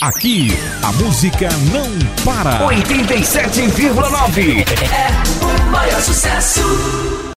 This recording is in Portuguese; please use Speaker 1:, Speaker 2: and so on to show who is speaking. Speaker 1: Aqui, a música não para.
Speaker 2: 87,9 é o maior sucesso.